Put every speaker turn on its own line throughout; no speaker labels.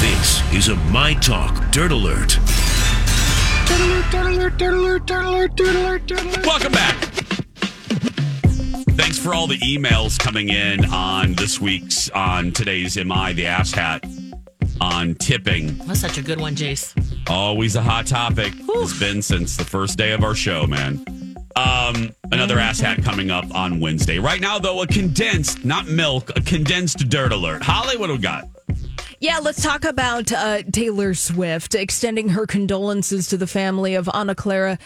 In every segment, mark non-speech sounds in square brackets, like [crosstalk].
This is a My Talk Dirt Alert.
Welcome back. Thanks for all the emails coming in on this week's, on today's Am I the Ass Hat on tipping.
That's such a good one, Jace.
Always a hot topic. It's been since the first day of our show, man. Um, another ass hat coming up on Wednesday. Right now, though, a condensed, not milk, a condensed dirt alert. Holly, what do we got?
Yeah, let's talk about uh, Taylor Swift extending her condolences to the family of Ana Clara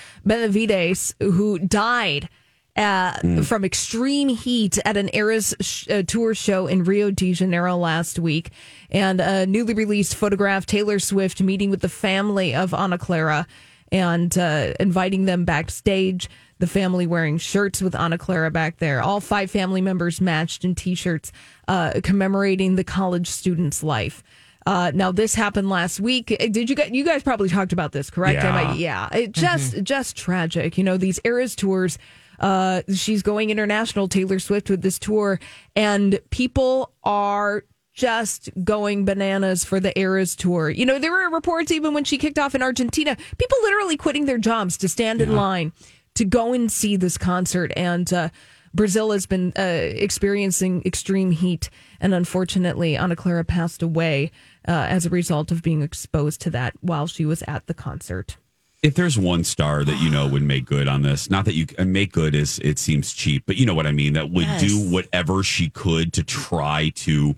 Benavides, who died uh, from extreme heat at an Eras sh- uh, tour show in Rio de Janeiro last week. And a newly released photograph, Taylor Swift meeting with the family of Ana Clara and uh, inviting them backstage. The family wearing shirts with Ana Clara back there. All five family members matched in t shirts uh, commemorating the college student's life. Uh, now this happened last week. Uh, Did you guys? You guys probably talked about this, correct? Am I-
Yeah.
yeah, it just just tragic. You know, these Eras tours. Uh, she's going international, Taylor Swift, with this tour, and people are just going bananas for the Eras tour. You know, there were reports even when she kicked off in Argentina, people literally quitting their jobs to stand in line to go and see this concert. And uh, Brazil has been uh, experiencing extreme heat, and unfortunately, Ana Clara passed away uh, as a result of being exposed to that while she was at the concert.
if there's one star that you know would make good on this, not that you and make good is it seems cheap, but you know what I mean, that would do
Yes.
whatever she could to try to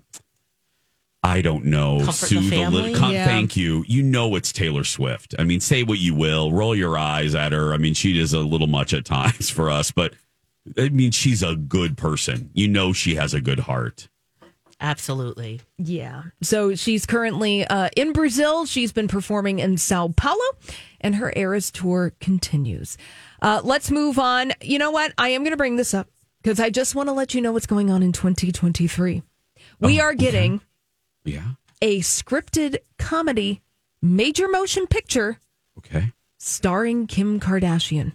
I don't know,
Comfort the family?
com-
Yeah.
thank you. You know it's Taylor Swift. I mean, say what you will, roll your eyes at her. I mean, she is a little much at times for us, but I mean, she's a good person. You know she has a good heart.
Absolutely.
Yeah. So she's currently uh, in Brazil. She's been performing in Sao Paulo, and her Eras tour continues. Uh, let's move on. You know what? I am going to bring this up because I just want to let you know what's going on in 2023. We are getting
Yeah.
a scripted comedy major motion picture
Okay.
starring Kim Kardashian.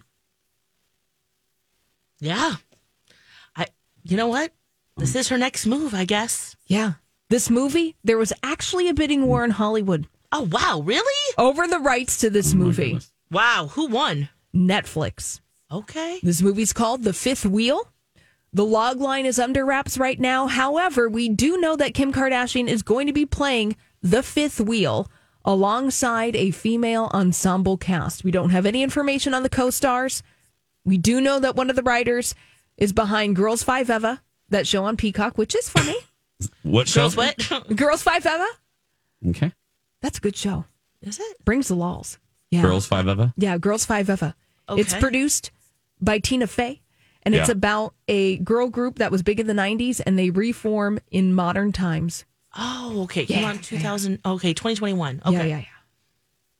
Yeah. I. You know what? This is her next move, I guess.
Yeah. This movie, there was actually a bidding war in Hollywood
Oh wow! Really?
over the rights to this movie,
Wow. Who won?
Netflix.
Okay.
This movie's called The Fifth Wheel. The log line is under wraps right now. However, we do know that Kim Kardashian is going to be playing The Fifth Wheel alongside a female ensemble cast. We don't have any information on the co stars. We do know that one of the writers is behind Girls Five Eva, that show on Peacock, which is funny. [laughs]
What
Girls,
shows?
what
Girls Five Eva,
Okay.
that's a good show.
[laughs] is it?
Brings the lols. Yeah.
Girls Five Eva.
Yeah, Girls Five Eva. It's
Okay.
produced by Tina Fey, and it's
Yeah.
about a girl group that was big in the '90s, and they reform in modern times.
Oh, okay. Came
Yeah,
on
yeah.
2000. Okay, 2021. Okay.
Yeah, yeah, yeah.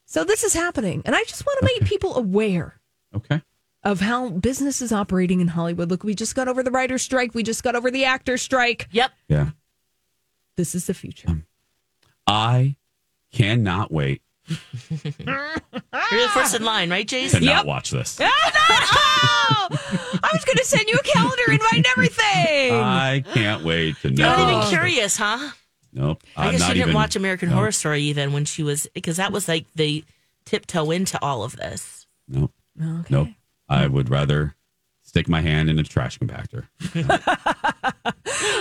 So this is happening, and I just want to make people aware
Okay.
of how business is operating in Hollywood. Look, we just got over the writer's strike. We just got over the actor's strike.
Yep.
Yeah.
This is the future. [laughs]
I cannot wait
You're the first in line, right,
[laughs]
Jace?
to
Yep.
not watch this.
oh, no! I was going to send you a calendar invite and everything.
I can't wait to know.
You're not even curious, huh?
Nope.
I
I'm
guess
not
you didn't
even-
watch American
no,
Horror Story even when she was, because that was like the tiptoe into all of this.
Nope.
okay.
Nope. I would rather stick my hand in a trash compactor.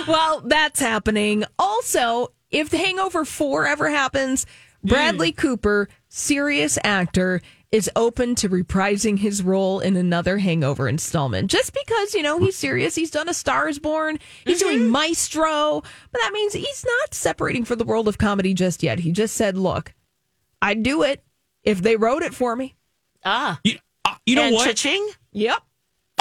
Well, that's happening. Also, if The Hangover 4 ever happens, Bradley Cooper, serious actor, is open to reprising his role in another Hangover installment. Just because, you know, he's serious, he's done A Star is Born, he's doing Maestro, but that means he's not separating from the world of comedy just yet. He just said, look, I'd do it if they wrote it for me.
Ah.
You, uh, you know
and
what?
Cha-ching?
Yep.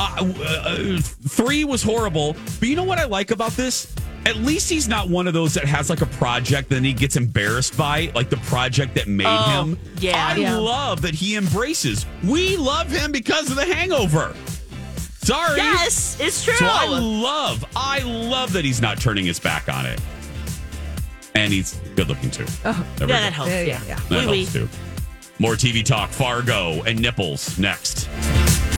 Uh, uh, three was horrible, but you know what I like about this? At least he's not one of those that has like a project that he gets embarrassed by, like the project that made
Oh,
him.
yeah.
I
Yeah.
love that he embraces. We love him because of the hangover. Sorry.
Yes, it's true.
So I love, I love that he's not turning his back on it. And he's good looking too. Oh,
yeah, that helps.
Yeah, yeah,
Yeah,
yeah.
That
Wee wee.
helps too. More TV talk, Fargo, and nipples next.